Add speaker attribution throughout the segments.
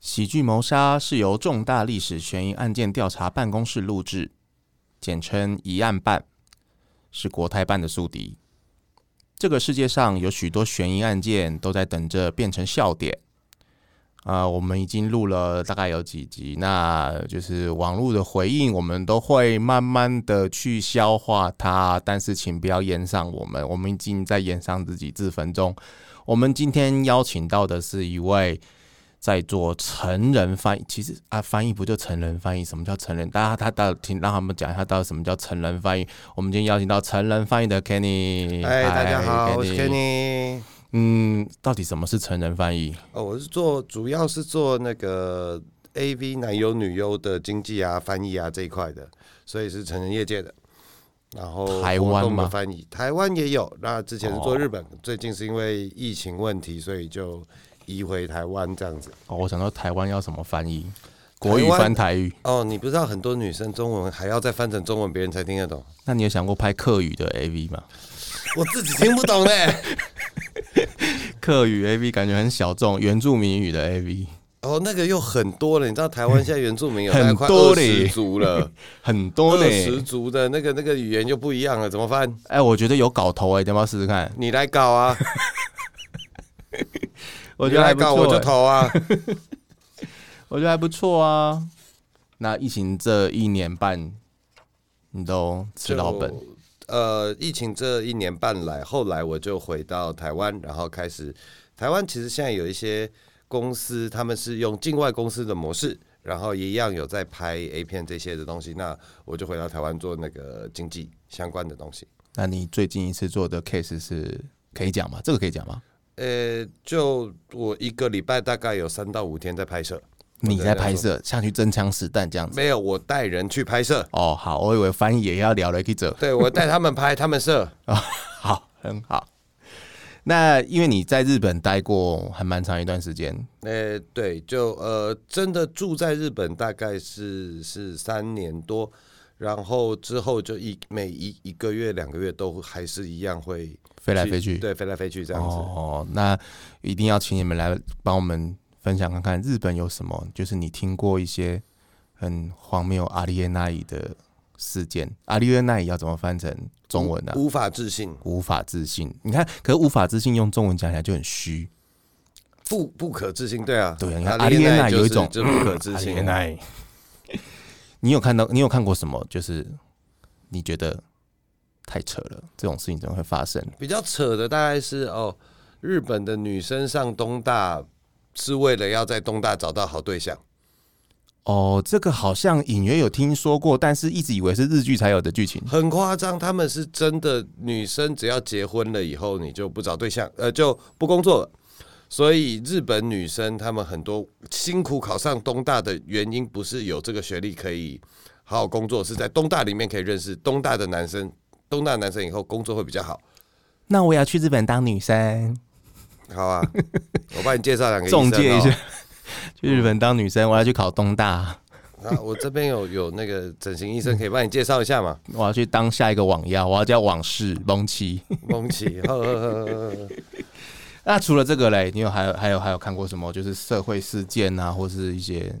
Speaker 1: 喜剧谋杀是由重大历史悬疑案件调查办公室录制，简称“一案办”，是国台办的宿敌。这个世界上有许多悬疑案件都在等着变成笑点。啊、我们已经录了大概有几集，那就是网络的回应，我们都会慢慢的去消化它，但是请不要淹上我们，我们已经在淹上自己自焚中。我们今天邀请到的是一位在做成人翻译，其实啊，翻译不就成人翻译？什么叫成人？大家他到底听让他们讲一下到底什么叫成人翻译。我们今天邀请到成人翻译的 Kenny，
Speaker 2: 嗨，哎大家好，
Speaker 1: 哎嗨
Speaker 2: 我是 Kenny。
Speaker 1: 嗯，到底什么是成人翻译？
Speaker 2: 哦，我是做主要是做那个 AV 男优女优的经济啊、翻译啊这一块的，所以是成人业界的。然后
Speaker 1: 台湾吗
Speaker 2: 活动的翻译，台湾也有。那之前是做
Speaker 1: 哦
Speaker 2: 日本，最近是因为疫情问题，所以就移回台湾这样子。
Speaker 1: 哦，我想到台湾要什么翻译？国语
Speaker 2: 台湾
Speaker 1: 翻台语。
Speaker 2: 哦，你不知道很多女生中文还要再翻成中文，别人才听得懂，
Speaker 1: 那你有想过拍客语的 AV 吗？
Speaker 2: 我自己听不懂嘞。
Speaker 1: 客语 AV 感觉很小众，原住民语的 AV
Speaker 2: 哦，那个又很多了，你知道台湾现在原住民有大概
Speaker 1: 很
Speaker 2: 快
Speaker 1: 多
Speaker 2: 二
Speaker 1: 嘞
Speaker 2: 十族了。
Speaker 1: 很多呢
Speaker 2: 二。十族的那个那个语言就不一样了，怎么翻？
Speaker 1: 哎、我觉得有搞头哎、你要不要试试看？
Speaker 2: 你来搞啊！
Speaker 1: 我觉
Speaker 2: 你
Speaker 1: 得
Speaker 2: 来
Speaker 1: 还不
Speaker 2: 搞，
Speaker 1: 错、
Speaker 2: 我就
Speaker 1: 哎
Speaker 2: 投 啊！
Speaker 1: 我觉得还不错啊。那疫情这一年半，你都吃老本，
Speaker 2: 就。呃，疫情这一年半来，后来我就回到台湾，然后开始台湾其实现在有一些公司，他们是用境外公司的模式，然后一样有在拍 A 片这些的东西。那我就回到台湾做那个经济相关的东西。
Speaker 1: 那你最近一次做的 case 是可以讲吗？这个可以讲吗？
Speaker 2: 呃，就我一个礼拜大概有三到五天在拍摄，我
Speaker 1: 你
Speaker 2: 在
Speaker 1: 在
Speaker 2: 那
Speaker 1: 拍
Speaker 2: 做
Speaker 1: 摄下去真枪实弹这样子？
Speaker 2: 没有我带人去拍摄，
Speaker 1: 哦，好，我以为翻译也要聊了，可以走。
Speaker 2: 对我带他们拍，他们摄。
Speaker 1: 好，很好。那因为你在日本待过还蛮长一段时间，
Speaker 2: 呃，对，就呃，真的住在日本大概是是三年多，然后之后就一每一一个月两个月都还是一样会
Speaker 1: 飞来飞去，
Speaker 2: 对，飞来飞去这样子。
Speaker 1: 哦，那一定要请你们来帮我们分享看看日本有什么，就是你听过一些很荒谬阿里耶纳伊的事件，阿里耶纳伊要怎么翻成中文呢、啊
Speaker 2: 无法置信，
Speaker 1: 无法置信，你看，可是无法置信用中文讲起来就很虚。
Speaker 2: 不不可置信，对啊，
Speaker 1: 对啊你看
Speaker 2: 阿丽
Speaker 1: 阿丽
Speaker 2: 安
Speaker 1: 安娜
Speaker 2: 娜
Speaker 1: 有一种
Speaker 2: 就不可置
Speaker 1: 阿里耶
Speaker 2: 信
Speaker 1: 纳
Speaker 2: 啊。
Speaker 1: 伊，你有看到？你有看过什么？就是你觉得太扯了，这种事情怎么会发生？
Speaker 2: 比较扯的大概是哦，日本的女生上东大是为了要在东大找到好对象。
Speaker 1: 哦，这个好像隐约有听说过，但是一直以为是日剧才有的剧情。
Speaker 2: 很夸张，他们是真的女生，只要结婚了以后，你就不找对象，呃，就不工作了。所以日本女生她们很多辛苦考上东大的原因，不是有这个学历可以好好工作，是在东大里面可以认识东大的男生，东大男生以后工作会比较好。
Speaker 1: 那我也要去日本当女生，
Speaker 2: 好啊，我帮你介绍两个医生
Speaker 1: 中介一下
Speaker 2: 哦。，
Speaker 1: 去日本当女生，我要去考东大，
Speaker 2: 啊，我这边有有那个整形医生可以帮你介绍一下嘛？
Speaker 1: 我要去当下一个网妖，我要叫往事蒙奇。
Speaker 2: 蒙奇，呵呵呵呵呵
Speaker 1: 那除了这个嘞，你有还有还有还有看过什么？就是社会事件啊，或是一些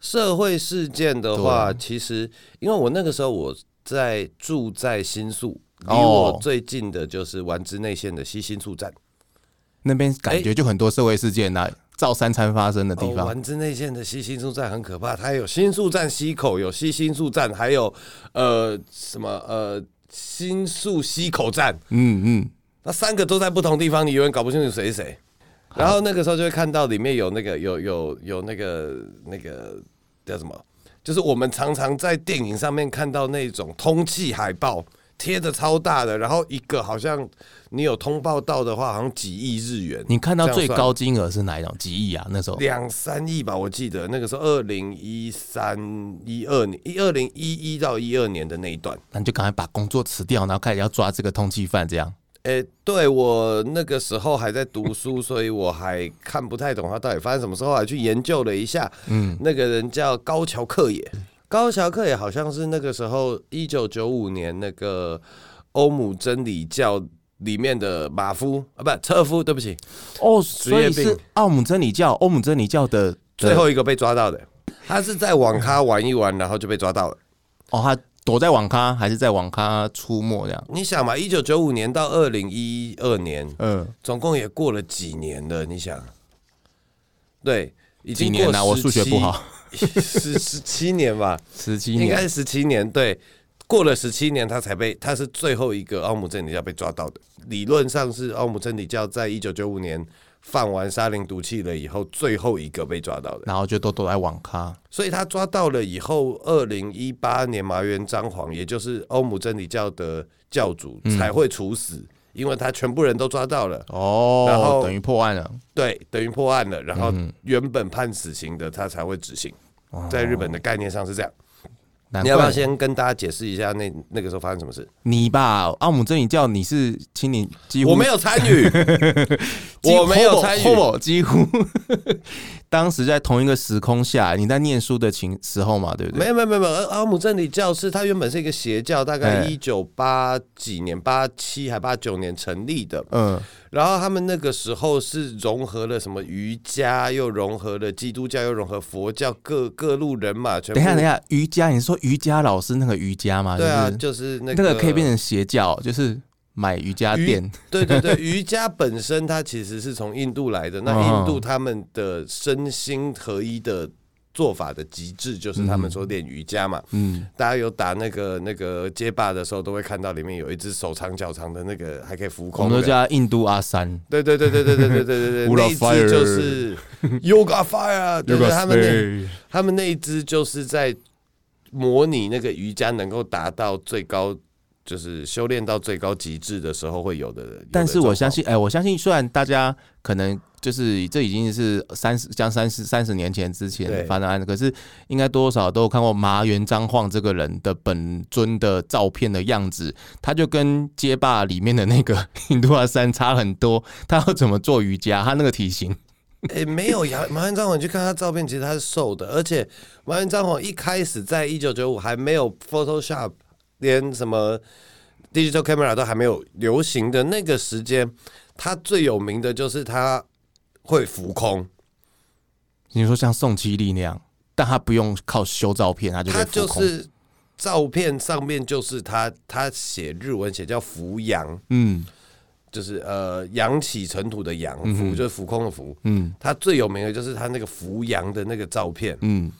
Speaker 2: 社会事件的话，其实因为我那个时候我在住在新宿，离
Speaker 1: 哦
Speaker 2: 我最近的就是丸之内线的西新宿站。
Speaker 1: 那边感觉就很多社会事件呐、啊，照三餐发生的地
Speaker 2: 哦，
Speaker 1: 方。
Speaker 2: 丸之内线的西新宿站很可怕，它有新宿站西口，有西新宿站，还有呃什么呃新宿西口站，
Speaker 1: 嗯嗯，
Speaker 2: 那三个都在不同地方，你永远搞不清楚谁是谁。然后那个时候就会看到里面有那个有有有那个那个叫什么，就是我们常常在电影上面看到那种通气海报，贴的超大的，然后一个好像你有通报到的话，好像几亿日元。
Speaker 1: 你看到
Speaker 2: 这样
Speaker 1: 最
Speaker 2: 算
Speaker 1: 高金额是哪一种？几亿啊？那时候
Speaker 2: 两三亿吧，我记得那个时候二零一三一二年一二零一一到一二年的那一段。
Speaker 1: 那你就赶快把工作辞掉，然后开始要抓这个通缉犯，这样。
Speaker 2: 诶、对我那个时候还在读书，所以我还看不太懂他到底发生什么事，后来去研究了一下，嗯，那个人叫高桥克也，高桥克也好像是那个时候一九九五年那个欧姆真理教里面的马夫啊，不车夫，对不起，
Speaker 1: 哦，
Speaker 2: 业
Speaker 1: 所以
Speaker 2: 病
Speaker 1: 是奥姆真理教，欧姆真理教的呃
Speaker 2: 最后一个被抓到的，他是在网咖玩一玩，然后就被抓到了。
Speaker 1: 哦，他躲在网咖还是在网咖出没这样？
Speaker 2: 你想嘛，一九九五年到二零一二年，
Speaker 1: 嗯，
Speaker 2: 总共也过了几年了。你想，对，已
Speaker 1: 几
Speaker 2: 经
Speaker 1: 年
Speaker 2: 过
Speaker 1: 了、我数学不 好，
Speaker 2: 17，十十七年吧，
Speaker 1: 十七
Speaker 2: 应该
Speaker 1: 年。
Speaker 2: 是十七年。对，过了十七年，他才被他是最后一个奥姆真理教被抓到的。理论上是奥姆真理教在一九九五年放完沙林毒气了以后，最后一个被抓到的。
Speaker 1: 然后就都躲在网咖，
Speaker 2: 所以他抓到了以后，二零一八年麻原彰晃，也就是欧姆真理教的教主，
Speaker 1: 嗯
Speaker 2: 才会处死，因为他全部人都抓到了，
Speaker 1: 哦，
Speaker 2: 然后
Speaker 1: 等于破案了。
Speaker 2: 对，等于破案了，然后
Speaker 1: 嗯
Speaker 2: 原本判死刑的他才会执行。在日本的概念上是这样，
Speaker 1: 难
Speaker 2: 你要不要
Speaker 1: 怪
Speaker 2: 先跟大家解释一下那那个时候发生什么事？
Speaker 1: 你吧，奥姆真理教你是亲你几乎
Speaker 2: 我没有参 与，
Speaker 1: 几乎
Speaker 2: 我没有参与
Speaker 1: 几，乎几乎。 当时在同一个时空下，你在念书的情时候嘛，对不对？
Speaker 2: 没有没有没有，呃奥姆真理教是它原本是一个邪教，大概
Speaker 1: 哎
Speaker 2: 一九八几年、八七还八九年成立的，
Speaker 1: 嗯，
Speaker 2: 然后他们那个时候是融合了什么瑜伽，又融合了基督教，又融合佛教，各各路人马全部。
Speaker 1: 等一下，等一，下，瑜伽，你说瑜伽老师那个瑜伽吗？
Speaker 2: 对啊，
Speaker 1: 就是
Speaker 2: 就是那
Speaker 1: 那
Speaker 2: 个
Speaker 1: 个可以变成邪教，就是买瑜伽垫。
Speaker 2: 对对 对，瑜伽本身它其实是从印度来的，那
Speaker 1: 嗯
Speaker 2: 印度他们的身心合一的做法的极致就是他们说练瑜伽嘛。
Speaker 1: 嗯，
Speaker 2: 大家有打那个那个街霸的时候，都会看到里面有一只手长脚长的那个，还可以浮
Speaker 1: 我
Speaker 2: 空
Speaker 1: 们
Speaker 2: 的。
Speaker 1: 都叫它印度阿三。
Speaker 2: 对对对对对对对对对
Speaker 1: Buddha
Speaker 2: 对，那一只就是 Yoga Fire，就是他们那他们那一支就是在模拟那个瑜伽能够达到最高，就是修炼到最高极致的时候会有的。有的
Speaker 1: 但是
Speaker 2: 状
Speaker 1: 我
Speaker 2: 况
Speaker 1: 相，信，哎、我相信，虽然大家可能就是这已经是三十将三十三十年前之前
Speaker 2: 对
Speaker 1: 发生的案子，可是应该多少都有看过麻原彰晃这个人的本尊的照片的样子，他就跟街霸里面的那个 印度阿三差很多。他要怎么做瑜伽？他那个体型，
Speaker 2: 哎、没有呀，马汉张皇，你去看他照片，其实他是瘦的，而且马汉张皇一开始在一九九五还没有 Photoshop，连什么 digital camera 都还没有流行的那个时间，他最有名的就是他会浮空。
Speaker 1: 你说像宋七力那样，但他不用靠修照片，他就可
Speaker 2: 他
Speaker 1: 以浮
Speaker 2: 就
Speaker 1: 空。
Speaker 2: 是照片上面就是他，他写日文写叫浮扬，
Speaker 1: 嗯
Speaker 2: 就是呃扬起尘土的扬，浮、就是浮空的浮。
Speaker 1: 嗯
Speaker 2: 他最有名的就是他那个浮扬的那个照片，
Speaker 1: 嗯，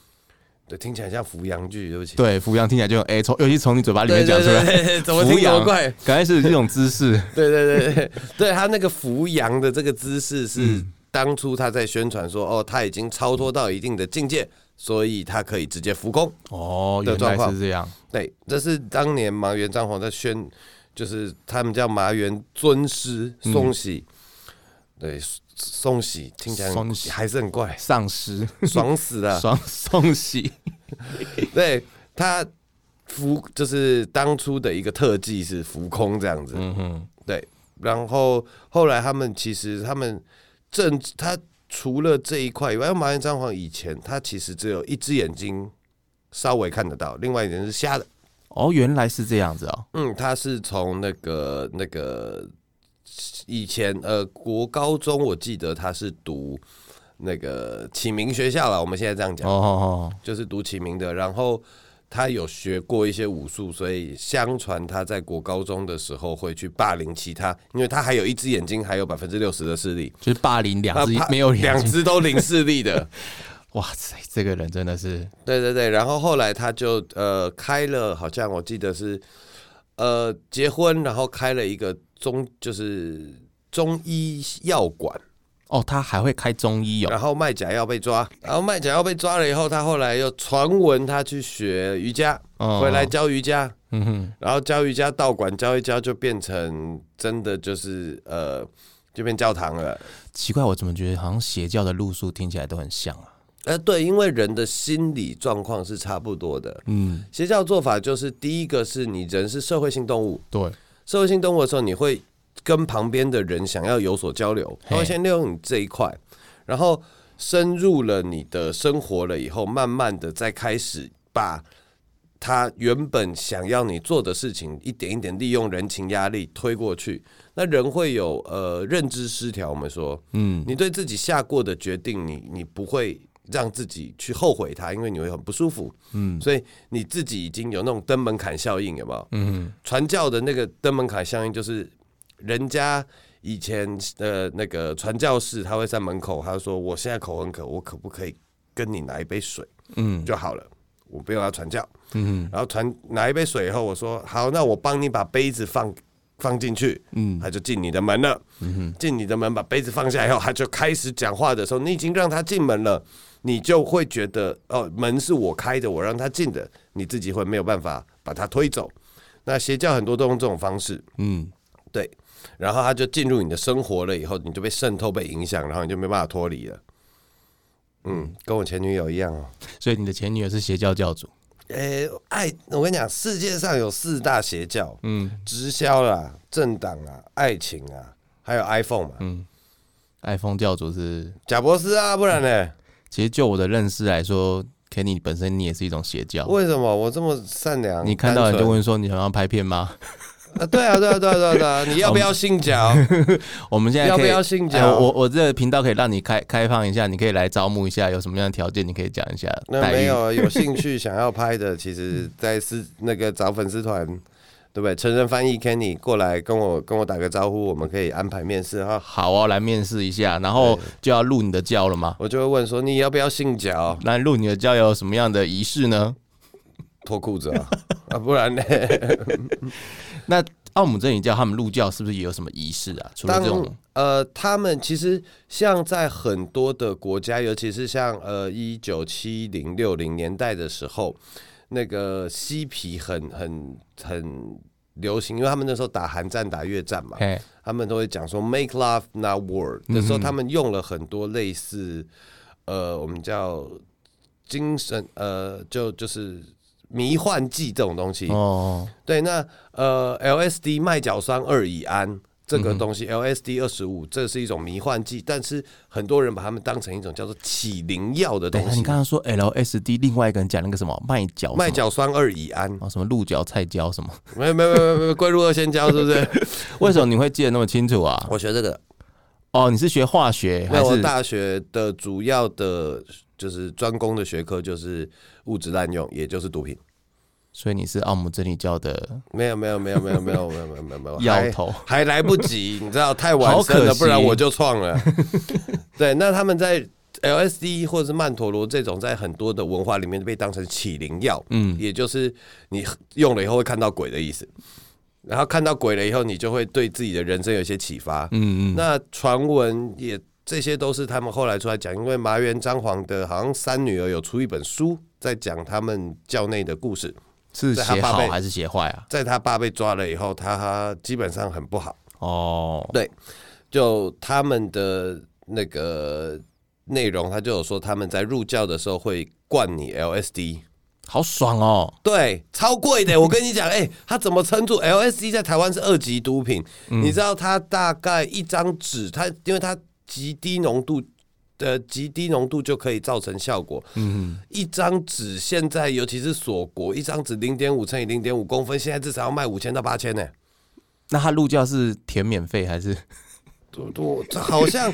Speaker 2: 对，听起来像浮扬剧，对不起。
Speaker 1: 对，扶阳听起来就很哎，从、 尤其从你嘴巴里面
Speaker 2: 对
Speaker 1: 讲
Speaker 2: 对
Speaker 1: 出来，
Speaker 2: 对 对，怎么
Speaker 1: 扶
Speaker 2: 听怎么
Speaker 1: 阳
Speaker 2: 怪？
Speaker 1: 感觉是这种姿势。
Speaker 2: 对对对对， 对他那个扶阳的这个姿势是
Speaker 1: 嗯
Speaker 2: 当初他在宣传说，哦，他已经超脱到一定的境界，所以他可以直接浮空。
Speaker 1: 哦，
Speaker 2: 的
Speaker 1: 原来
Speaker 2: 状况
Speaker 1: 是这样。
Speaker 2: 对，这是当年麻原彰晃在宣，就是他们叫麻原尊师
Speaker 1: 嗯
Speaker 2: 宋喜，对，宋喜听起来
Speaker 1: 宋喜
Speaker 2: 还是 很怪，
Speaker 1: 丧尸
Speaker 2: 爽死了。
Speaker 1: 双送喜，
Speaker 2: 对他浮，就是当初的一个特技是浮空这样子，
Speaker 1: 嗯哼，
Speaker 2: 对。然后后来他们其实他们政他除了这一块以外，因为麻原彰晃以前他其实只有一只眼睛稍微看得到，另外一只是瞎的。
Speaker 1: 哦，原来是这样子哦，
Speaker 2: 嗯，他是从那个那个以前呃国高中，我记得他是读那个启明学校了。我们现在这样
Speaker 1: 哦
Speaker 2: 讲，
Speaker 1: 哦
Speaker 2: 就是读启明的。然后他有学过一些武术，所以相传他在国高中的时候会去霸凌其他，因为他还有一只眼睛还有百分之六十的视力，
Speaker 1: 就是霸凌两只
Speaker 2: 他怕
Speaker 1: 没有
Speaker 2: 啊两
Speaker 1: 两只，
Speaker 2: 只都零视力的。
Speaker 1: 哇塞，这个人真的是，
Speaker 2: 对对对，然后后来他就呃开了，好像我记得是呃结婚，然后开了一个中就是中医药馆，
Speaker 1: 哦，他还会开中医哦，
Speaker 2: 然后卖假药被抓，然后卖假药被抓了以后，他后来又传闻他去学瑜伽，
Speaker 1: 哦
Speaker 2: 回来，教瑜伽，
Speaker 1: 嗯哼，
Speaker 2: 然后教瑜伽道馆教一教就变成真的就是呃就变教堂了。
Speaker 1: 奇怪，我怎么觉得好像邪教的路数听起来都很像啊？
Speaker 2: 呃，对，因为人的心理状况是差不多的。
Speaker 1: 嗯，
Speaker 2: 邪教做法就是第一个是你人是社会性动物，
Speaker 1: 对，
Speaker 2: 社会性动物的时候，你会跟旁边的人想要有所交流，他会
Speaker 1: 嘿
Speaker 2: 先利用你这一块，然后深入了你的生活了以后，慢慢的再开始把他原本想要你做的事情，一点一点利用人情压力推过去。那人会有呃认知失调，我们说，
Speaker 1: 嗯
Speaker 2: 你对自己下过的决定，你你不会让自己去后悔它，因为你会很不舒服。嗯，所以你自己已经有那种登门槛效应，有没有？嗯，传教的那个登门槛效应就是人家。以前呃，那个传教士他会在门口，他说：“我现在口很渴，我可不可以跟你拿一杯水？”嗯，就好了，我不用要传教。嗯，然后传拿一杯水以后，我说：“好，那我帮你把杯子放放进去。”嗯，他就进你的门了。嗯，进你的门，把杯子放下以后，他就开始讲话的时候，你已经让他进门了，你就会觉得哦，门是我开的，我让他进的，你自己会没有办法把他推走。那邪教很多都用这种方式。
Speaker 1: 嗯，
Speaker 2: 对，然后他就进入你的生活了以后，你就被渗透、被影响，然后你就没办法脱离了。嗯，跟我前女友一样哦。
Speaker 1: 所以你的前女友是邪教教主，
Speaker 2: 诶、爱，我跟你讲，世界上有四大邪教，嗯，直销啦、政党啊、爱情啊，还有 iPhone 嘛，
Speaker 1: iPhone 教主是，
Speaker 2: 贾博士啊，不然呢？
Speaker 1: 其实就我的认识来说，Kenny 本身你也是一种邪教。
Speaker 2: 为什么我这么善良？
Speaker 1: 你看到人就
Speaker 2: 单纯
Speaker 1: 问说你想要拍片吗？
Speaker 2: 啊？对啊，对啊，对啊，对啊，对啊，你要不要信教？
Speaker 1: 我们现在
Speaker 2: 要
Speaker 1: 可
Speaker 2: 不
Speaker 1: 以
Speaker 2: 要信教
Speaker 1: 哎我我这个频道可以让你开开放一下，你可以来招募一下，有什么样的条件你可以讲一下。
Speaker 2: 那
Speaker 1: 待遇嗯
Speaker 2: 没有 有兴趣想要拍的，其实在私那个找粉丝团，对不对？成人翻译 Kenny 过来跟我跟我打个招呼，我们可以安排面试哈。
Speaker 1: 好哦，来面试一下，然后就要录你的教了吗？
Speaker 2: 我就会问说你要不要信教？
Speaker 1: 那录你的教有什么样的仪式呢？
Speaker 2: 脱裤子啊， 啊不然呢？
Speaker 1: 那奥姆真理教他们入教是不是也有什么仪式啊？除了这种，
Speaker 2: 呃，他们其实像在很多的国家，尤其是像呃一九七零六零年代的时候，那个嬉皮很很很流行，因为他们那时候打韩战、打越战嘛。
Speaker 1: 嘿，
Speaker 2: 他们都会讲说 “make love not war”
Speaker 1: 嗯
Speaker 2: 的时候，他们用了很多类似呃，我们叫精神呃，就就是迷幻剂这种东西。
Speaker 1: 哦，
Speaker 2: 对，那呃，LSD 麦角酸二乙胺这
Speaker 1: 嗯
Speaker 2: 个东西、l s d 二十五，这是一种迷幻剂，但是很多人把它们当成一种叫做起灵药的
Speaker 1: 等一
Speaker 2: 东
Speaker 1: 下，
Speaker 2: 西
Speaker 1: 你。刚刚说 LSD，另外一个人讲那个什么麦角什么
Speaker 2: 麦角酸二乙胺，
Speaker 1: 哦，什么鹿角、菜椒什么？
Speaker 2: 没有没有没有没有，龟鹿二仙胶是 不是？
Speaker 1: 为什么你会记得那么清楚啊？
Speaker 2: 我学这个，
Speaker 1: 哦，你是学化学还
Speaker 2: 那我
Speaker 1: 是？
Speaker 2: 大学的主要的就是专攻的学科就是物质滥用，也就是毒品。
Speaker 1: 所以你是奥姆真理教的
Speaker 2: 没有没有没有没有没有没有没有没有没 有，
Speaker 1: 摇
Speaker 2: 还
Speaker 1: 头。
Speaker 2: 还来不及，你知道太晚
Speaker 1: 好
Speaker 2: 生
Speaker 1: 可
Speaker 2: 了，
Speaker 1: 惜
Speaker 2: 不然我就 创了。对，那他们在 LSD 或者是曼陀罗这种，在很多的文化里面被当成起灵药，嗯，也就是你用了以后会看到鬼的意思。然后看到鬼了以后，你就会对自己的人生有一些启发。嗯嗯。那传闻也这些都是他们后来出来讲，因为麻原彰晃的好像三女儿有出一本书，在讲他们教内的故事。
Speaker 1: 是
Speaker 2: 在他
Speaker 1: 写
Speaker 2: 爸
Speaker 1: 好
Speaker 2: 被
Speaker 1: 还是写坏啊？
Speaker 2: 在他爸被抓了以后，他基本上很不好。
Speaker 1: 哦，
Speaker 2: 对，就他们的那个内容，他就有说他们在入教的时候会灌你 LSD，
Speaker 1: 好爽哦！
Speaker 2: 对，超贵 的。我跟你讲，哎、他怎么撑住？LSD 在台湾是二级毒品，你知道它大概一张纸，它因为它极低浓度。呃，极低浓度就可以造成效果。嗯，一张纸现在，尤其是锁国，一张纸零点五乘以零点五公分，现在至少要卖五千到八千呢。
Speaker 1: 那他入教是填免费还是？
Speaker 2: 多多，这好像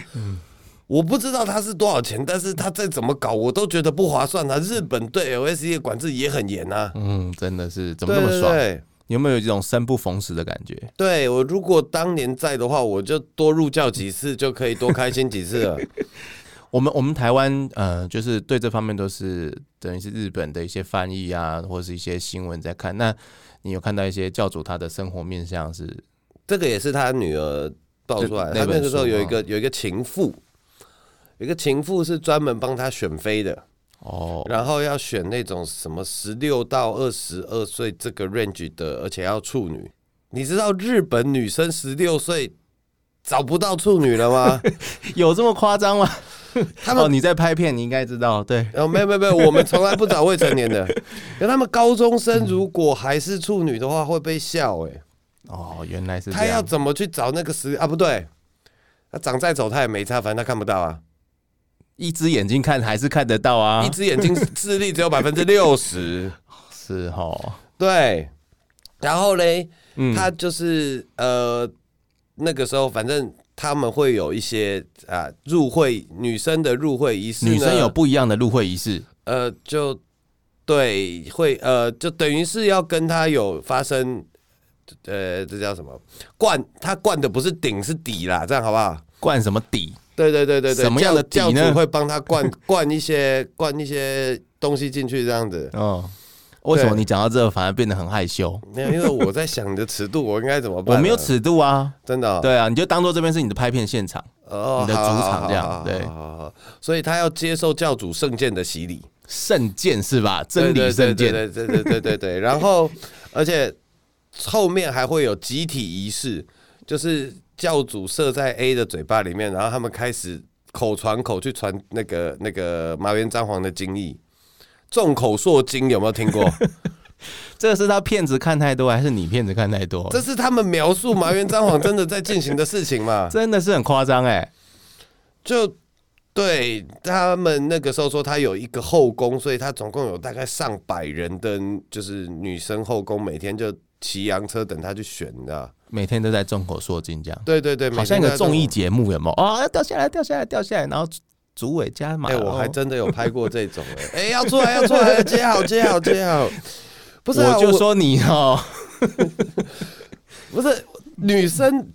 Speaker 2: 我不知道它是多少钱，但是它再怎么搞，我都觉得不划算啊。日本对 LSD 的管制也很严啊，
Speaker 1: 嗯，真的是怎么
Speaker 2: 对
Speaker 1: 这么
Speaker 2: 对
Speaker 1: 爽？
Speaker 2: 对，
Speaker 1: 你有没有这种生不逢时的感觉？
Speaker 2: 对我如果当年在的话，我就多入教几次，就可以多开心几次了。
Speaker 1: 我们我们台湾呃，就是对这方面都是等于是日本的一些翻译啊，或是一些新闻在看。那你有看到一些教主他的生活面向是
Speaker 2: 这个也是他女儿爆出来的，
Speaker 1: 那
Speaker 2: 他
Speaker 1: 本
Speaker 2: 那个时候
Speaker 1: 书
Speaker 2: 有一
Speaker 1: 吗
Speaker 2: 个有一个情妇，有一个情妇是专门帮他选妃的。
Speaker 1: 哦，
Speaker 2: 然后要选那种什么十六到二十二岁这个 range 的，而且要处女。你知道日本女生十六岁找不到处女 了吗？
Speaker 1: 有这么夸张吗？
Speaker 2: 他
Speaker 1: 哦，
Speaker 2: 们
Speaker 1: 你在拍片，你应该知道，对，
Speaker 2: 哦，没有没有没有，我们从来不找未成年的。可他们高中生如果还是处女的话，会被笑哎、
Speaker 1: 哦，原来是这
Speaker 2: 他要
Speaker 1: 样。
Speaker 2: 怎么去找那个十啊？不对，他长再丑他也没差，反正他看不到啊。
Speaker 1: 一只眼睛看还是看得到啊
Speaker 2: 一，只眼睛视力只有百分之六十。
Speaker 1: 是哦，
Speaker 2: 对，然后嘞，
Speaker 1: 嗯
Speaker 2: 他就是呃那个时候，反正他们会有一些啊入会女生的入会仪式呢，
Speaker 1: 女生有不一样的入会仪式，
Speaker 2: 呃，就对，会呃，就等于是要跟他有发生，呃，这叫什么？灌他灌的不是顶是底啦，这样好不好？
Speaker 1: 灌什么底？
Speaker 2: 对对对对对，
Speaker 1: 什么样的
Speaker 2: 教
Speaker 1: 底呢
Speaker 2: 教主会帮他灌 灌一些灌一些东西进去，这样子。
Speaker 1: 哦，为什么
Speaker 2: 对
Speaker 1: 你讲到这个反而变得很害羞？
Speaker 2: 没有，因为我在想你的尺度，我应该怎么办
Speaker 1: 我
Speaker 2: 啊？
Speaker 1: 没有尺度啊，
Speaker 2: 真的哦、
Speaker 1: 对啊，你就当做这边是你的拍片现场，
Speaker 2: 哦，
Speaker 1: 你的主场
Speaker 2: 好好好
Speaker 1: 这样
Speaker 2: 好好
Speaker 1: 对
Speaker 2: 好好好所以他要接受教主圣剑的洗礼。
Speaker 1: 圣剑是吧？真理圣剑，
Speaker 2: 对对对对对对对对。然后，而且后面还会有集体仪式，就是教主射在 A 的嘴巴里面，然后他们开始口传口去传那个那个麻原彰晃的精义，众口铄金有没有听过？
Speaker 1: 这个是他骗子看太多，还是你骗子看太多？
Speaker 2: 这是他们描述麻原彰晃真的在进行的事情嘛？
Speaker 1: 真的是很夸张哎，
Speaker 2: 就对他们那个时候说，他有一个后宫，所以他总共有大概上百人的，就是女生后宫，每天就骑洋车等他去选的。
Speaker 1: 每天都在众口铄金这样，
Speaker 2: 对对对，
Speaker 1: 好像一
Speaker 2: 每
Speaker 1: 个
Speaker 2: 天都在
Speaker 1: 综艺
Speaker 2: 这种。
Speaker 1: 节目有没有？哦，要掉下来，掉下来，掉下来，然后主主委加码，
Speaker 2: 哎、我还
Speaker 1: 哦
Speaker 2: 真的有拍过这种哎、哎、要出来要出来，接好接好接好。不是、啊，
Speaker 1: 哦我就说你哦，
Speaker 2: 不是女生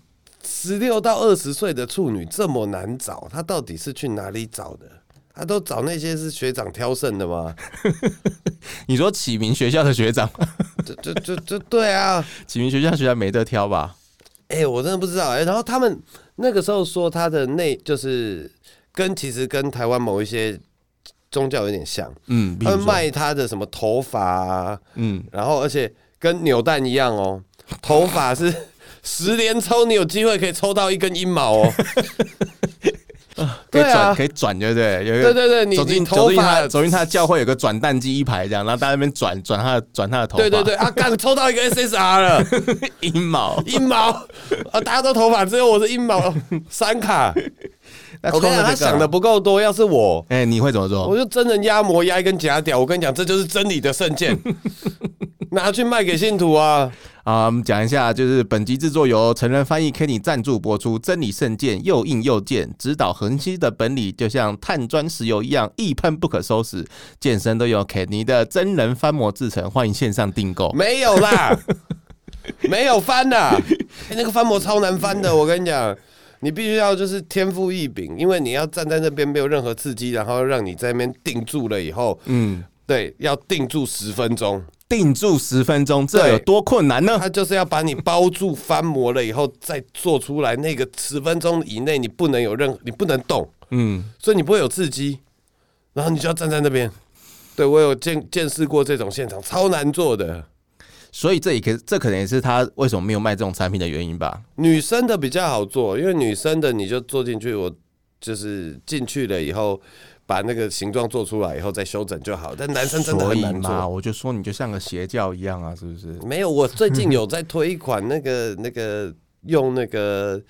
Speaker 2: 十六到二十岁的处女这么难找，她到底是去哪里找的？她都找那些是学长挑剩的吗？
Speaker 1: 你说启明学校的学 长，
Speaker 2: 这这这这对啊，
Speaker 1: 启明学校学长没得挑吧？
Speaker 2: 哎、我真的不知道哎、然后他们那个时候说他的内就是跟其实跟台湾某一些宗教有点像，
Speaker 1: 嗯，比
Speaker 2: 他
Speaker 1: 如
Speaker 2: 们
Speaker 1: 说，
Speaker 2: 卖他的什么头发啊，
Speaker 1: 嗯，
Speaker 2: 然后而且跟扭蛋一样哦，头发是 十连抽，你有机会可以抽到一根阴毛 哦。
Speaker 1: 可以
Speaker 2: 对啊
Speaker 1: 转，可以转，对不对？有一
Speaker 2: 对
Speaker 1: 个
Speaker 2: 对对，你
Speaker 1: 走进
Speaker 2: 你
Speaker 1: 走
Speaker 2: 头
Speaker 1: 进他
Speaker 2: 发，
Speaker 1: 走进他的教会有个转蛋机一排这样，然后大家在那边转转他的转他的头发，
Speaker 2: 对对对，啊，刚抽到一个 SSR 了。
Speaker 1: 对，阴毛。
Speaker 2: 阴毛啊，大家都头发，只有我是阴毛，哦三卡。
Speaker 1: 那
Speaker 2: 我跟你讲，他
Speaker 1: 这个
Speaker 2: 想的，不够多，要是我，
Speaker 1: 哎，你会怎么做
Speaker 2: 哦我？就真人压模压一根假屌，我跟你讲，这就是真理的圣剑，拿去卖给信徒啊！
Speaker 1: 啊，我们讲一下，就是本集制作由成人翻译 Kenny 赞助播出，《真理圣剑》又硬又贱，指导横溪的本领就像碳砖石油一样，一喷不可收拾。健身都由 Kenny 的真人翻模制成，欢迎线上订购。
Speaker 2: 没有啦，没有翻的、哎那个翻模超难翻的，我跟你讲。你必须要就是天赋异禀，因为你要站在那边没有任何刺激，然后让你在那边定住了以后，
Speaker 1: 嗯，
Speaker 2: 对，要定住十分钟，
Speaker 1: 定住十分钟，这
Speaker 2: 对
Speaker 1: 有多困难呢？
Speaker 2: 他就是要把你包住翻模了以后，再做出来那个十分钟以内你不能有任何，你不能动，
Speaker 1: 嗯，
Speaker 2: 所以你不会有刺激，然后你就要站在那边。对我有见见识过这种现场，超难做的。
Speaker 1: 所以这也可这可能也是他为什么没有卖这种产品的原因吧。
Speaker 2: 女生的比较好做，因为女生的你就坐进去，我就是进去了以后，把那个形状做出来以后再修整就好。但男生真的
Speaker 1: 所
Speaker 2: 很
Speaker 1: 以
Speaker 2: 难
Speaker 1: 嘛，
Speaker 2: 做。
Speaker 1: 我就说你就像个邪教一样啊，是不是？
Speaker 2: 没有，我最近有在推一款那个那个用那个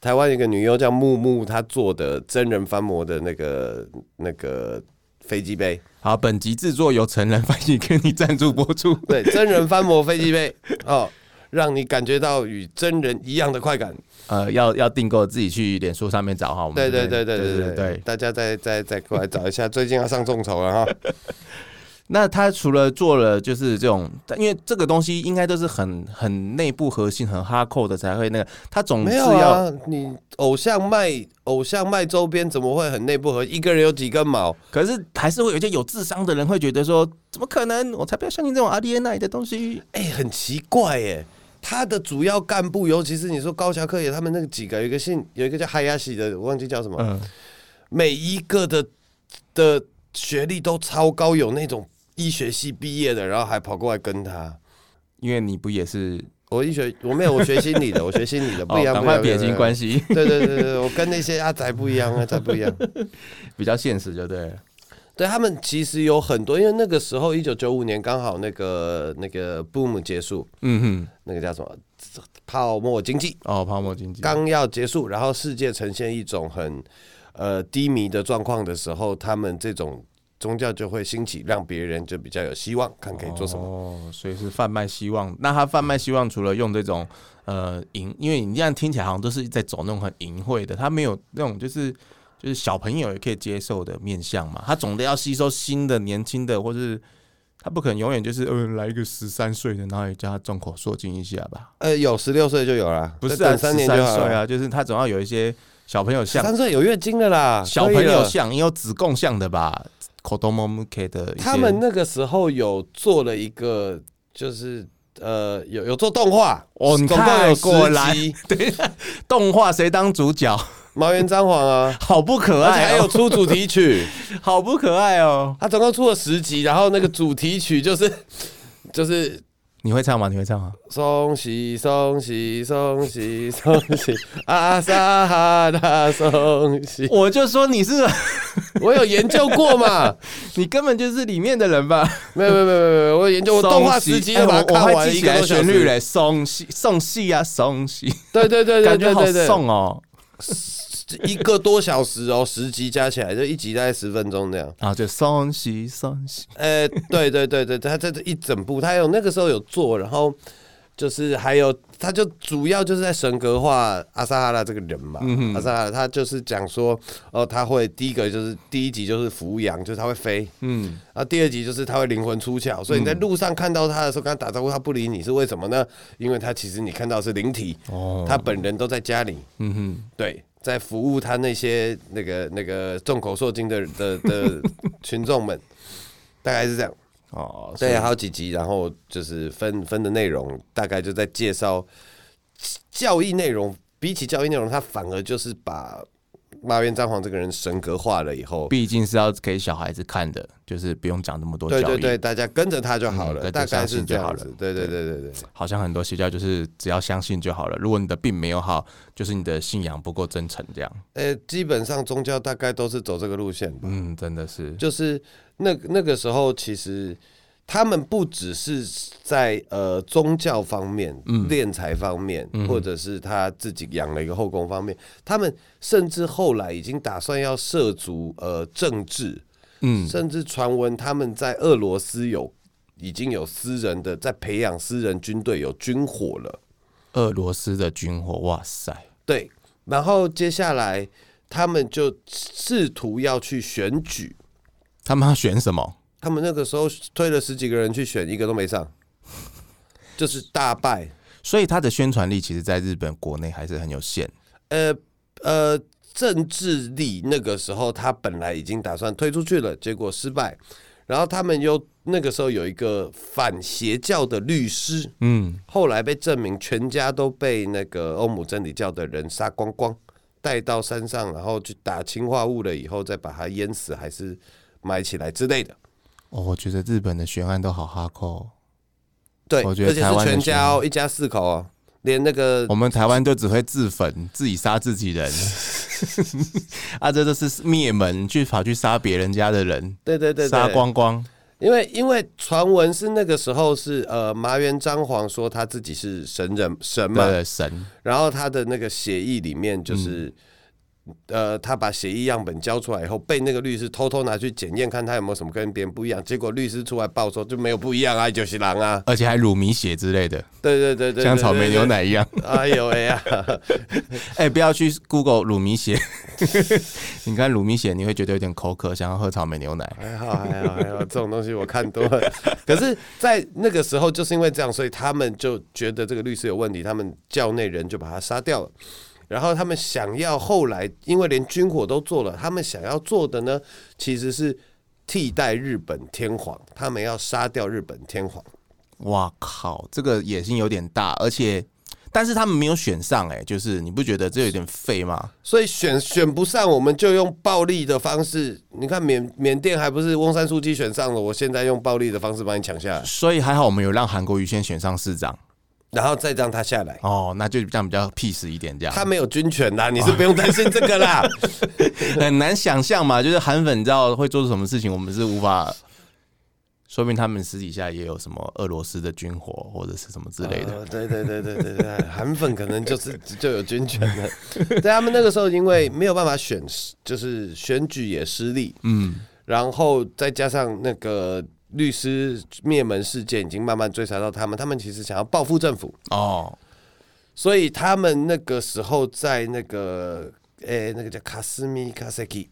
Speaker 2: 台湾一个女优叫木木，她做的真人翻模的那个那个飞机杯。
Speaker 1: 好，本集制作由成人翻译 Kenny 赞助播出。
Speaker 2: 对，真人翻模飞机杯哦，让你感觉到与真人一样的快感。
Speaker 1: 呃，要要订购自己去脸书上面找哈。我们
Speaker 2: 对
Speaker 1: 这
Speaker 2: 对
Speaker 1: 边
Speaker 2: 对对对
Speaker 1: 对
Speaker 2: 对对，大家再再再过来找一下，最近要上众筹了哈。
Speaker 1: 那他除了做了就是这种，因为这个东西应该都是很很内部核心、很哈扣的才会那个，他总是
Speaker 2: 没有
Speaker 1: 要
Speaker 2: 啊，你偶像卖偶像卖周边怎么会很内部和一个人有几根毛？
Speaker 1: 可是还是会有一些有智商的人会觉得说，怎么可能？我才不要相信这种 RDNI 的东西。
Speaker 2: 哎、很奇怪耶。他的主要干部，尤其是你说高桥克也他们那个几个，有一个姓有一个叫海亚喜的，我忘记叫什么，
Speaker 1: 嗯，
Speaker 2: 每一个的的学历都超高，有那种医学系毕业的，然后还跑过来跟他。
Speaker 1: 因为你不也是
Speaker 2: 我医学我没有，我学心 理的，我学心理的不
Speaker 1: 哦，
Speaker 2: 一样，
Speaker 1: 赶
Speaker 2: 不
Speaker 1: 快撇清关
Speaker 2: 系。
Speaker 1: 系，
Speaker 2: 对对对对，我跟那些阿仔不一样，阿仔不一 样。
Speaker 1: 比较现实就对了。
Speaker 2: 对他们其实有很多，因为那个时候一九九五年刚好那个那个 boom 结束，
Speaker 1: 嗯哼，
Speaker 2: 那个叫什么泡沫经济
Speaker 1: 哦，泡沫经济，
Speaker 2: 刚要结束，然后世界呈现一种很呃低迷的状况的时候，他们这种宗教就会兴起，让别人就比较有希望，看可以做什么。
Speaker 1: 哦，所以是贩卖希望。那他贩卖希望，除了用这种呃淫，因为你这样听起来好像都是在走那种很淫秽的，他没有那种就是就是小朋友也可以接受的面相嘛。他总得要吸收新的、年轻的，或是他不可能永远就是嗯、呃、来一个十三岁的，然后也叫他众口铄金一下吧？
Speaker 2: 呃，有十六岁就有啦，
Speaker 1: 不是
Speaker 2: 再
Speaker 1: 啊，
Speaker 2: 等三年就
Speaker 1: 13
Speaker 2: 好
Speaker 1: 岁
Speaker 2: 了。
Speaker 1: 啊，就是他总要有一些小朋友像、
Speaker 2: 三岁有月经的啦，
Speaker 1: 小
Speaker 2: 可以
Speaker 1: 朋友
Speaker 2: 了
Speaker 1: 像，也有子贡像的吧？口头摸摸 K 的一些，
Speaker 2: 他们那个时候有做了一个，就是呃，有有做动画，
Speaker 1: 哦你
Speaker 2: 总
Speaker 1: 看
Speaker 2: 共有
Speaker 1: 果
Speaker 2: 十
Speaker 1: 然
Speaker 2: 集，
Speaker 1: 动画谁当主角？
Speaker 2: 毛原张 皇啊，
Speaker 1: 好不可
Speaker 2: 而且
Speaker 1: 爱、
Speaker 2: 还
Speaker 1: 哦，
Speaker 2: 有出主题曲，
Speaker 1: 好不可爱哦。
Speaker 2: 他总共出了十集，然后那个主题曲就是 就是
Speaker 1: 你会唱吗？你会唱吗？
Speaker 2: 恭喜恭喜恭喜恭喜阿萨哈达恭喜，
Speaker 1: 我就说你是，
Speaker 2: 我有研究过嘛？
Speaker 1: 你根本就是里面的人吧？
Speaker 2: 没有没有没有没有没有，我研究我动画十集
Speaker 1: 哎
Speaker 2: 就把它
Speaker 1: 我
Speaker 2: 看
Speaker 1: 我还
Speaker 2: 完
Speaker 1: 记
Speaker 2: 一
Speaker 1: 起
Speaker 2: 个
Speaker 1: 来
Speaker 2: 多小
Speaker 1: 旋律
Speaker 2: 时，
Speaker 1: 嘞，送戏送戏啊，送戏，
Speaker 2: 对对对对
Speaker 1: 感觉
Speaker 2: 对
Speaker 1: 好
Speaker 2: 对对，
Speaker 1: 送哦。
Speaker 2: 一个多小时哦，十集加起来就一集大概十分钟这样。
Speaker 1: 然后就送戏送戏，
Speaker 2: 呃，对对对对，他这一整部，他有那个时候有做，然后就是还有，他就主要就是在神格化阿萨哈拉这个人嘛，
Speaker 1: 嗯
Speaker 2: 阿萨哈拉他就是讲说，哦，他会第一个就是第一集就是扶羊，就是他会飞，
Speaker 1: 嗯，
Speaker 2: 啊，第二集就是他会灵魂出窍，所以你在路上看到他的时候，跟他打招呼，他不理你是为什么呢？因为他其实你看到的是灵体，
Speaker 1: 哦，
Speaker 2: 他本人都在家里，
Speaker 1: 嗯哼，
Speaker 2: 对，在服务他那些那个那个众口铄金的的 的群众们，大概是这样。
Speaker 1: 哦，所以
Speaker 2: 对，还有几集，然后就是分分的内容，大概就在介绍教义内容。比起教义内容，他反而就是把马元张皇这个人神格化了以后，
Speaker 1: 毕竟是要给小孩子看的，就是不用讲那么多教
Speaker 2: 对
Speaker 1: 育。
Speaker 2: 对对，大家跟着他就好了，
Speaker 1: 嗯跟着
Speaker 2: 大概是这
Speaker 1: 相信就
Speaker 2: 样
Speaker 1: 好
Speaker 2: 子
Speaker 1: 了。
Speaker 2: 对对对对对，
Speaker 1: 好像很多邪教就是只要相信就好了，如果你的病没有好，就是你的信仰不够真诚这样。
Speaker 2: 呃，基本上宗教大概都是走这个路线吧。
Speaker 1: 嗯，真的是，
Speaker 2: 就是那那个时候，其实他们不只是在呃宗教方面、敛财方面，或者是他自己养了一个后宫方面，他们甚至后来已经打算要涉足呃政治，
Speaker 1: 嗯，
Speaker 2: 甚至传闻他们在俄罗斯有已经有私人的在培养私人军队，有军火了。
Speaker 1: 俄罗斯的军火，哇塞，
Speaker 2: 对，然后接下来他们就试图要去选举。
Speaker 1: 他们要选什么？
Speaker 2: 他们那个时候推了十几个人去选，一个都没上， 就是大败。
Speaker 1: 所以它的宣传力其实在日本国内还是很有限。
Speaker 2: 呃呃，政治力那个时候他本来已经打算推出去了，结果失败。然后他们又那个时候有一个反邪教的律师，
Speaker 1: 嗯，
Speaker 2: 后来被证明全家都被那个欧姆真理教的人杀光光，带到山上，然后去打氰化物了以后，再把它淹死还是埋起来之类的。
Speaker 1: 哦，我觉得日本的悬案都好哈扣，
Speaker 2: 对，
Speaker 1: 我觉得
Speaker 2: 而且
Speaker 1: 台湾
Speaker 2: 是
Speaker 1: 的
Speaker 2: 全
Speaker 1: 学
Speaker 2: 家哦，一家四口哦，连那个
Speaker 1: 我们台湾就只会自焚，自己杀自己 人，啊，这就是灭门，去跑去杀别人家的人，
Speaker 2: 对对对，对
Speaker 1: 杀。光光。
Speaker 2: 因为因为传闻是那个时候是呃麻原彰晃说他自己是神人神嘛，
Speaker 1: 对，嗯神，
Speaker 2: 然后他的那个协议里面就是、呃他把协议样本交出来以后，被那个律师偷偷拿去检验，看他有没有什么跟别人不一样。结果律师出来报说就没有不一样啊，就是狼啊，
Speaker 1: 而且还乳糜血之类的，
Speaker 2: 对对对对对，
Speaker 1: 像草莓牛。奶一样。
Speaker 2: 哎呦哎呀，
Speaker 1: 哎、不要去 Google 乳糜血， 你看乳糜血你会觉得有点口渴，想要喝草莓牛奶。
Speaker 2: 还好还好还好，这种东西我看多了。可是，在那个时候，就是因为这样，所以他们就觉得这个律师有问题，他们教内人就把他杀掉了。然后他们想要后来，因为连军火都做了，他们想要做的呢，其实是替代日本天皇，他们要杀掉日本天皇。
Speaker 1: 哇靠，这个野心有点大，而且但是他们没有选上、哎，就是你不觉得这有点废吗？
Speaker 2: 所以选选不上，我们就用暴力的方式。你看缅缅甸还不是翁山书记选上了，我现在用暴力的方式把你抢下来，
Speaker 1: 所以还好我们有让韩国瑜先选上市长
Speaker 2: 然后再让他下来。
Speaker 1: 哦，那就这样比较 peace 一点，这样
Speaker 2: 他没有军权啦，你是不用担心这个 啦。
Speaker 1: 很难想象嘛，就是韩粉你知道会做出什么事情，我们是无法。说明他们私底下也有什么俄罗斯的军火或者是什么之类的，
Speaker 2: 呃对对对对对对，韩粉可能就是就有军权了。 对他们那个时候，因为没有办法选，就是选举也失利，
Speaker 1: 嗯，
Speaker 2: 然后再加上那个律师灭门事件已经慢慢追查到他们，他们其实想要报复政府，
Speaker 1: 哦，
Speaker 2: 所以他们那个时候在那个诶、那个叫卡斯米卡塞基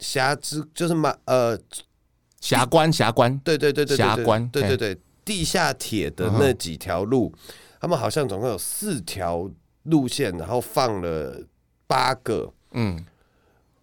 Speaker 2: 辖之，就是马呃
Speaker 1: 霞关霞关，
Speaker 2: 对对对对对
Speaker 1: 峡
Speaker 2: 对
Speaker 1: 关
Speaker 2: 对对对，地下铁的那几条路，
Speaker 1: 嗯
Speaker 2: 他们好像总共有四条路线，然后放了八个，
Speaker 1: 嗯，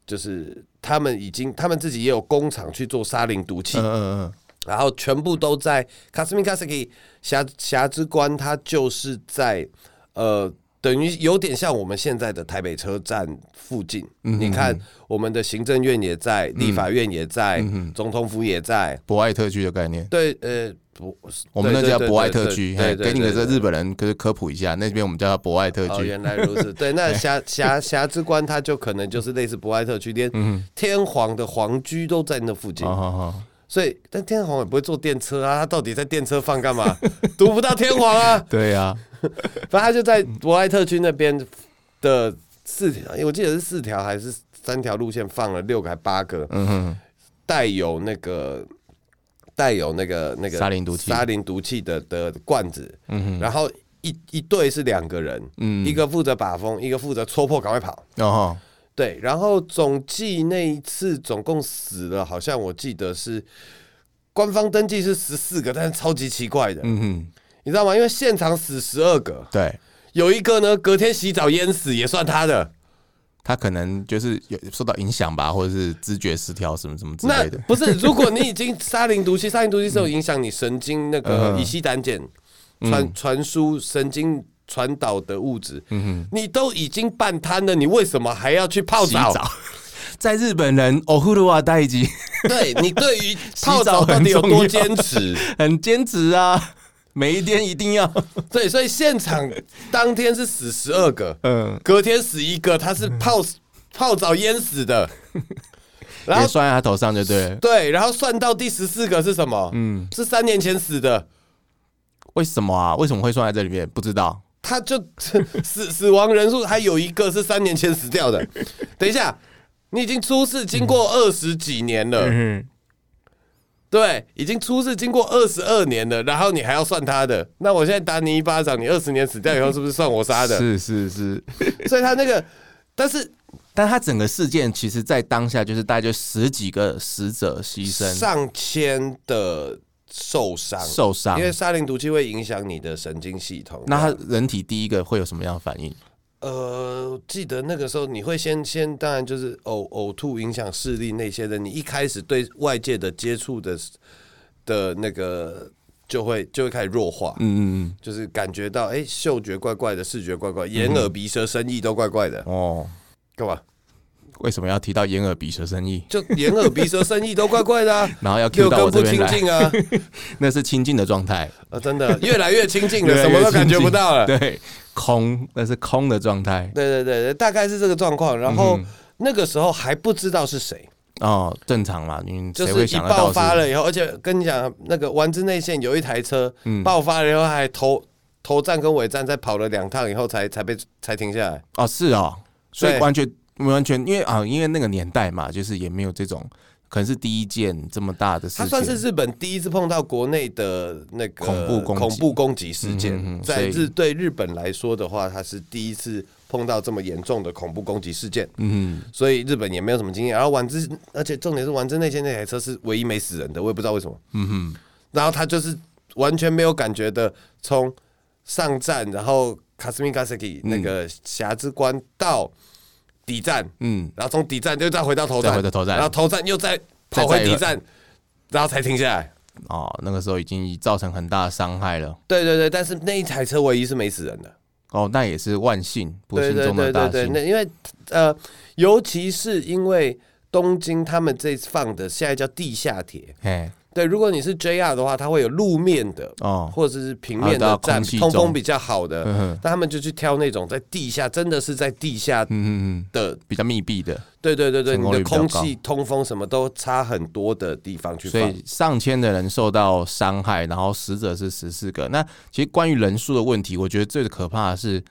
Speaker 2: 就是他们已经他们自己也有工厂去做沙林毒气，
Speaker 1: 嗯嗯
Speaker 2: 然后全部都在卡斯米卡斯基辖辖之关，它就是在呃。等于有点像我们现在的台北车站附近，
Speaker 1: 嗯
Speaker 2: 你看我们的行政院也在，立法院也在，
Speaker 1: 嗯
Speaker 2: 总统府也在，
Speaker 1: 博爱特区的概念，
Speaker 2: 对，呃，不，
Speaker 1: 我们那
Speaker 2: 对
Speaker 1: 叫
Speaker 2: 对
Speaker 1: 博爱
Speaker 2: 对
Speaker 1: 特区，
Speaker 2: 对
Speaker 1: 嘿
Speaker 2: 对
Speaker 1: 给你
Speaker 2: 对
Speaker 1: 个这
Speaker 2: 对
Speaker 1: 日本人科科普一下，那边我们叫它博爱特
Speaker 2: 哦，
Speaker 1: 区，
Speaker 2: 原来如此。对，那辖辖辖之关，它就可能就是类似博爱特区，连天皇的皇居都在那附近
Speaker 1: 嗯哦，好好，
Speaker 2: 所以但天皇也不会坐电车啊，他到底在电车放 干嘛？读不到天皇啊，
Speaker 1: 对呀，
Speaker 2: 反正他就在博爱特区那边的四条，哎我记得是四条还是三条路线放了六个还八个，
Speaker 1: 嗯哼，
Speaker 2: 带有那个带有那个那个
Speaker 1: 沙林毒气
Speaker 2: 沙林毒气的的罐子，然后一一队是两个人，
Speaker 1: 嗯
Speaker 2: 一个负责把风，一个负责戳破，赶快跑。
Speaker 1: 然后
Speaker 2: 对，然后总计那一次总共死了，好像我记得是官方登记是十四个，但是超级奇怪的，
Speaker 1: 嗯哼，
Speaker 2: 你知道吗？因为现场死十二个，
Speaker 1: 对。
Speaker 2: 有一个呢隔天洗澡淹死也算他的，
Speaker 1: 他可能就是有受到影响吧，或者是知觉失调什么什么之
Speaker 2: 那
Speaker 1: 类的。
Speaker 2: 不是，如果你已经沙林毒气，沙林毒气是有影响你神经那个
Speaker 1: 嗯
Speaker 2: 乙烯胆碱传传输神经传导的物质，
Speaker 1: 嗯
Speaker 2: 你都已经半瘫了，你为什么还要去泡
Speaker 1: 洗
Speaker 2: 澡？
Speaker 1: 澡， 在日本人哦呼噜哇代吉
Speaker 2: 对你对于
Speaker 1: 澡
Speaker 2: 泡澡到底有
Speaker 1: 很重
Speaker 2: 多
Speaker 1: 要
Speaker 2: 坚持？
Speaker 1: 很坚持啊，每一天一定要。
Speaker 2: 对，所以现场当天是死十二个，
Speaker 1: 嗯，
Speaker 2: 隔天死一个，他是泡泡澡淹死的，
Speaker 1: 别
Speaker 2: 然后
Speaker 1: 拴在他头上就对了。
Speaker 2: 对，然后算到第十四个是什么？嗯，是三年前死的。
Speaker 1: 为什么啊？为什么会拴在这里面？不知道。
Speaker 2: 他就 死死亡人数还有一个是三年前死 掉的。等一下，你已经出事经过二十几年了，
Speaker 1: 嗯，
Speaker 2: 对，已经出事经过二十二年了，然后你还要算他的，那我现在打你一巴掌，你二十年死掉以后是不是算我杀的？
Speaker 1: 是是是，
Speaker 2: 所以他那个，但是
Speaker 1: 但他整个事件其实，在当下就是大概就十几个死者牺牲
Speaker 2: 上千的受伤，
Speaker 1: 受伤
Speaker 2: 因，为沙林毒气会影响你的神经系统。
Speaker 1: 那他人体第一个会有什么样的反应？
Speaker 2: 呃，记得那个时候你会先先，当然就是呕呕吐影响视力那些的，你一开始对外界的接触的的那个就会就会开始弱化，
Speaker 1: 嗯嗯
Speaker 2: 就是感觉到哎、诶嗅觉怪怪的，视觉怪怪，眼耳鼻舌身意都怪怪的，
Speaker 1: 嗯，哦，
Speaker 2: 干嘛？
Speaker 1: 为什么要提到眼耳鼻舌身意？。
Speaker 2: 就眼耳鼻舌身意都怪怪的、啊
Speaker 1: 然后要 Q
Speaker 2: 六
Speaker 1: 到
Speaker 2: 根
Speaker 1: 我这
Speaker 2: 不
Speaker 1: 边
Speaker 2: 清
Speaker 1: 来，
Speaker 2: 净啊！
Speaker 1: 那是亲近的状 态。
Speaker 2: 啊，真的越来越清净了，
Speaker 1: 越来
Speaker 2: 什
Speaker 1: 越
Speaker 2: 么都感觉不到了。
Speaker 1: 对，空，那是空的状态
Speaker 2: 对对对对，大概是这个状况。然
Speaker 1: 嗯
Speaker 2: 后那个时候还不知道是谁，
Speaker 1: 哦，正常嘛，你
Speaker 2: 就
Speaker 1: 谁
Speaker 2: 是
Speaker 1: 会
Speaker 2: 一
Speaker 1: 想得到
Speaker 2: 爆
Speaker 1: 是
Speaker 2: 发了以后，而且跟你讲，那个丸之内线有一台车、
Speaker 1: 嗯
Speaker 2: 爆发了以后，还头头站跟尾站再跑了两趟以后才才被才停下来。
Speaker 1: 哦，是哦，所以
Speaker 2: 对
Speaker 1: 完全完全因为啊，因为那个年代嘛，就是也没有这种，可能是第一件这么大的事
Speaker 2: 它
Speaker 1: 情，
Speaker 2: 算是日本第一次碰到国内的那个
Speaker 1: 恐怖攻击
Speaker 2: 恐怖攻击事件，
Speaker 1: 嗯嗯嗯所
Speaker 2: 在
Speaker 1: 以
Speaker 2: 日对日本来说的话，它是第一次碰到这么严重的恐怖攻击事件，
Speaker 1: 嗯，
Speaker 2: 所以日本也没有什么经验。然后丸之，而且重点是丸之内线那台车是唯一没死人的，我也不知道为什么。
Speaker 1: 嗯哼，
Speaker 2: 然后他就是完全没有感觉的从上站，然后卡斯米卡斯基那个峡之关到底站，
Speaker 1: 嗯，
Speaker 2: 然后从底站又再回到头
Speaker 1: 再
Speaker 2: 站，
Speaker 1: 回到头站
Speaker 2: 然后头站又再跑
Speaker 1: 再
Speaker 2: 回
Speaker 1: 再一
Speaker 2: 底
Speaker 1: 个
Speaker 2: 站，然后才停下来。
Speaker 1: 哦，那个时候已经造成很大的伤害了，
Speaker 2: 对对对，但是那一台车唯一是没死人的。
Speaker 1: 哦，那也是万幸，不
Speaker 2: 对
Speaker 1: 幸
Speaker 2: 对
Speaker 1: 中的
Speaker 2: 对
Speaker 1: 大
Speaker 2: 对对，
Speaker 1: 幸
Speaker 2: 那，因为呃，尤其是因为东京他们这次放的现在叫地下铁，
Speaker 1: 嘿，
Speaker 2: 对，如果你是 JR 的话，它会有路面的，
Speaker 1: 哦，啊
Speaker 2: 或者是平面的
Speaker 1: 还有到空
Speaker 2: 站，
Speaker 1: 气
Speaker 2: 通
Speaker 1: 中
Speaker 2: 风比较好的，
Speaker 1: 嗯哼
Speaker 2: 那他们就去挑那种在地下，真的是在地下
Speaker 1: 嗯嗯嗯，
Speaker 2: 的，
Speaker 1: 比较密闭的，
Speaker 2: 对对对对，
Speaker 1: 成
Speaker 2: 你
Speaker 1: 功率比
Speaker 2: 的
Speaker 1: 较
Speaker 2: 空
Speaker 1: 高
Speaker 2: 气通风什么都差很多的地方去
Speaker 1: 所
Speaker 2: 放。
Speaker 1: 以上千的人受到伤害，然后死者是十四个。那其实关于人数的问题，我觉得最可怕的是，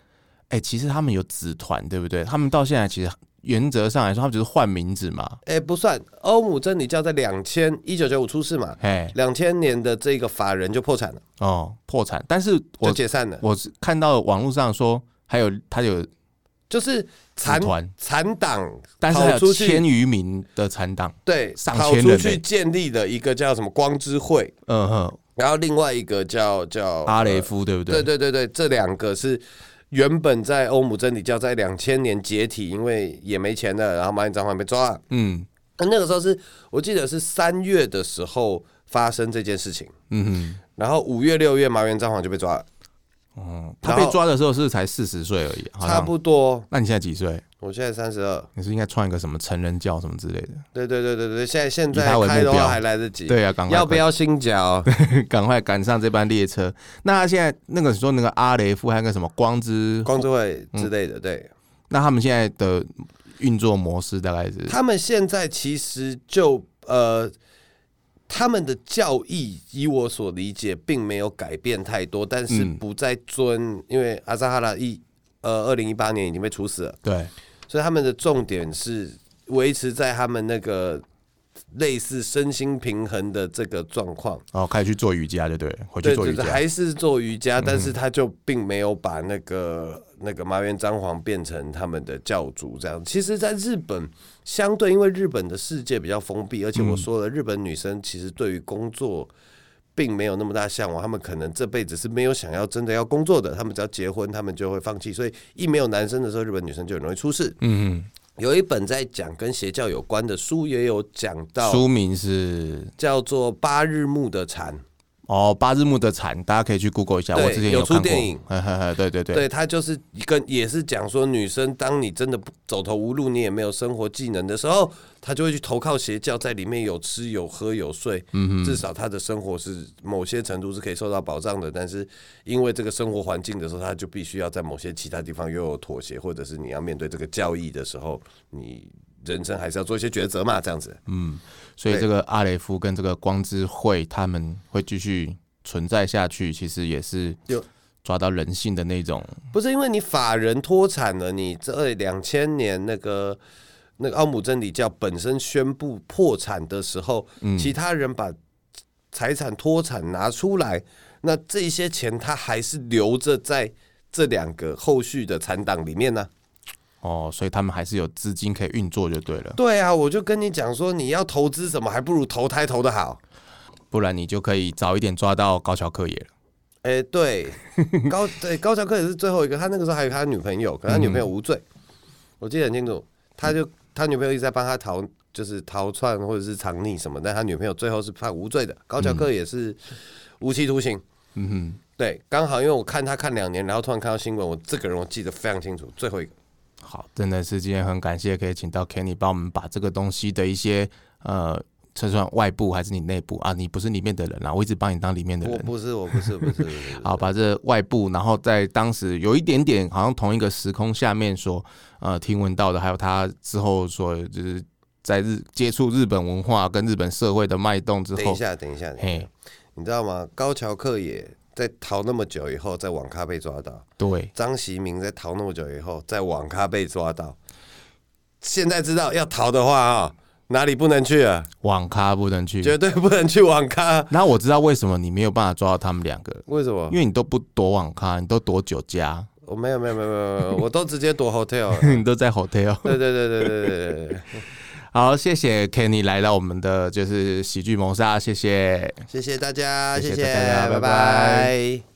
Speaker 1: 哎、其实他们有子团，对不对？他们到现在其实原则上来说，他们只是换名字嘛。
Speaker 2: 哎、不算，欧姆真理教在两千一九九五出世嘛，
Speaker 1: 哎，
Speaker 2: 两千年的这个法人就破产了，
Speaker 1: 哦，破产。但是
Speaker 2: 就
Speaker 1: 我
Speaker 2: 解散了，
Speaker 1: 我是看到网络上说，还有他有
Speaker 2: 就是
Speaker 1: 财
Speaker 2: 残
Speaker 1: 团，
Speaker 2: 残党
Speaker 1: 但是还
Speaker 2: 跑出
Speaker 1: 有
Speaker 2: 去
Speaker 1: 千余名的残党。
Speaker 2: 对
Speaker 1: 上
Speaker 2: 跑
Speaker 1: 千
Speaker 2: 出
Speaker 1: 人
Speaker 2: 去
Speaker 1: 嘞
Speaker 2: 建立的一个叫什么光之会，
Speaker 1: 嗯哼，
Speaker 2: 然后另外一个叫叫
Speaker 1: 阿雷
Speaker 2: 呃
Speaker 1: 夫对不对？
Speaker 2: 对对对对，这两个是原本在欧姆真理教在两千年解体，因为也没钱了，然后马英张焕被抓了。
Speaker 1: 嗯
Speaker 2: 那那个时候是我记得是三月的时候发生这件事情，
Speaker 1: 嗯
Speaker 2: 然后五月六月麻原彰晃就被抓了，
Speaker 1: 哼，哦，他
Speaker 2: 嗯然后
Speaker 1: 被抓的时候是才四十岁而已，好像
Speaker 2: 差。不多。
Speaker 1: 那你现在几岁？
Speaker 2: 我现在三十二，
Speaker 1: 你是应该创一个什么成人教什么之类的？
Speaker 2: 对对对对对，现在现
Speaker 1: 以他
Speaker 2: 在
Speaker 1: 为
Speaker 2: 开的
Speaker 1: 目标
Speaker 2: 话还来得及。
Speaker 1: 对啊，赶快
Speaker 2: 要不要新脚？
Speaker 1: 赶快赶上这班列车？那他现在那个时候那个阿雷夫还有个什么光之，
Speaker 2: 光之会之类的，对。
Speaker 1: 那他们现在的运作模式大概是
Speaker 2: 他们现在其实就呃，他们的教义，以我所理解，并没有改变太多，但是
Speaker 1: 嗯
Speaker 2: 不再尊，因为阿扎哈拉一呃，二零一八年已经被处死了，
Speaker 1: 对，
Speaker 2: 所以他们的重点是维持在他们那个类似身心平衡的这个状况。
Speaker 1: 然哦后开始去做瑜伽，就对了，回去
Speaker 2: 对
Speaker 1: 做
Speaker 2: 对
Speaker 1: 瑜
Speaker 2: 对，
Speaker 1: 伽。嗯
Speaker 2: 还是做瑜伽，但是他就并没有把那个那个麻原彰晃变成他们的教主这样。其实，在日本，相对因为日本的世界比较封闭，而且我说了，日本女生其实对于工作并没有那么大向往，她们可能这辈子是没有想要真的要工作的，她们只要结婚，她们就会放弃。所以，一没有男生的时候，日本女生就很容易出事。
Speaker 1: 嗯
Speaker 2: 有一本在讲跟邪教有关的书，也有讲
Speaker 1: 嗯，
Speaker 2: 到
Speaker 1: 书名是
Speaker 2: 叫做《八日目的蝉》。
Speaker 1: 哦，八日木的惨，大家可以去 Google 一下，
Speaker 2: 对
Speaker 1: 我之前
Speaker 2: 有出
Speaker 1: 看过。
Speaker 2: 电影
Speaker 1: 呵呵呵对对对，
Speaker 2: 对他就是跟也是讲说，女生当你真的不走投无路，你也没有生活技能的时候，她就会去投靠邪教，在里面有吃有喝有睡，至少她的生活是某些程度是可以受到保障的。但是因为这个生活环境的时候，她就必须要在某些其他地方又有妥协，或者是你要面对这个教义的时候，你人生还是要做一些抉择嘛，这样子。
Speaker 1: 所以
Speaker 2: 对
Speaker 1: 这个阿雷夫跟这个光之会他们会继续存在下去，其实也是
Speaker 2: 有
Speaker 1: 抓到人性的那种。
Speaker 2: 不是因为你法人脱产了，你这两千年那个那个奥姆真理教本身宣布破产的时候，其他人把财产脱产拿出来，那这些钱他还是留着在这两个后续的残党里面呢、
Speaker 1: 哦，所以他们还是有资金可以运作就对了，
Speaker 2: 对啊，我就跟你讲说，你要投资什么，还不如投胎投的好。
Speaker 1: 不然你就可以早一点抓到高桥克也了。
Speaker 2: 哎、对，高对高桥克也是最后一个，他那个时候还有他女朋友，可他女朋
Speaker 1: 嗯
Speaker 2: 友无罪，我记得很清楚，他就他女朋友一直在帮他逃，就是逃窜或者是藏匿什么，但他女朋友最后是判无罪的，高桥克也是无期徒刑。
Speaker 1: 嗯
Speaker 2: 对，刚好因为我看他看两年，然后突然看到新闻，我这个人我记得非常清楚，最后一个。
Speaker 1: 哼，好，真的是今天很感谢可以请到 Kenny 帮我们把这个东西的一些呃，这算外部还是你内部啊？你不是里面的人啦、我一直把你当里面的
Speaker 2: 我
Speaker 1: 人。
Speaker 2: 不是，我不是，不是，不是。
Speaker 1: 好，把这外部，然后在当时有一点点好像同一个时空下面所呃听闻到的，还有他之后所就是在日接触日本文化跟日本社会的脉动之
Speaker 2: 等一
Speaker 1: 后，
Speaker 2: 下，等一下，等一下
Speaker 1: 嘿，
Speaker 2: 你知道吗？高桥克也在逃那么久以后，在网咖被抓到。
Speaker 1: 对，
Speaker 2: 张习明在逃那么久以后，在网咖被抓到，现在知道要逃的话啊、哪里不能去啊？
Speaker 1: 网咖不能去。
Speaker 2: 绝对不能去网咖。
Speaker 1: 那我知道为什么你没有办法抓到他们两个，
Speaker 2: 为什么
Speaker 1: 因？为你都不躲网咖，你都躲酒家，
Speaker 2: 我没有没有没有没有，没有我都直接躲 hotel 了。
Speaker 1: 你都在 hotel。
Speaker 2: 对对对对对对对对，
Speaker 1: 好，谢谢 Kenny 来到我们的就是喜剧谋杀，谢谢。
Speaker 2: 谢谢大家，
Speaker 1: 谢谢
Speaker 2: 谢，
Speaker 1: 大家拜拜
Speaker 2: 拜拜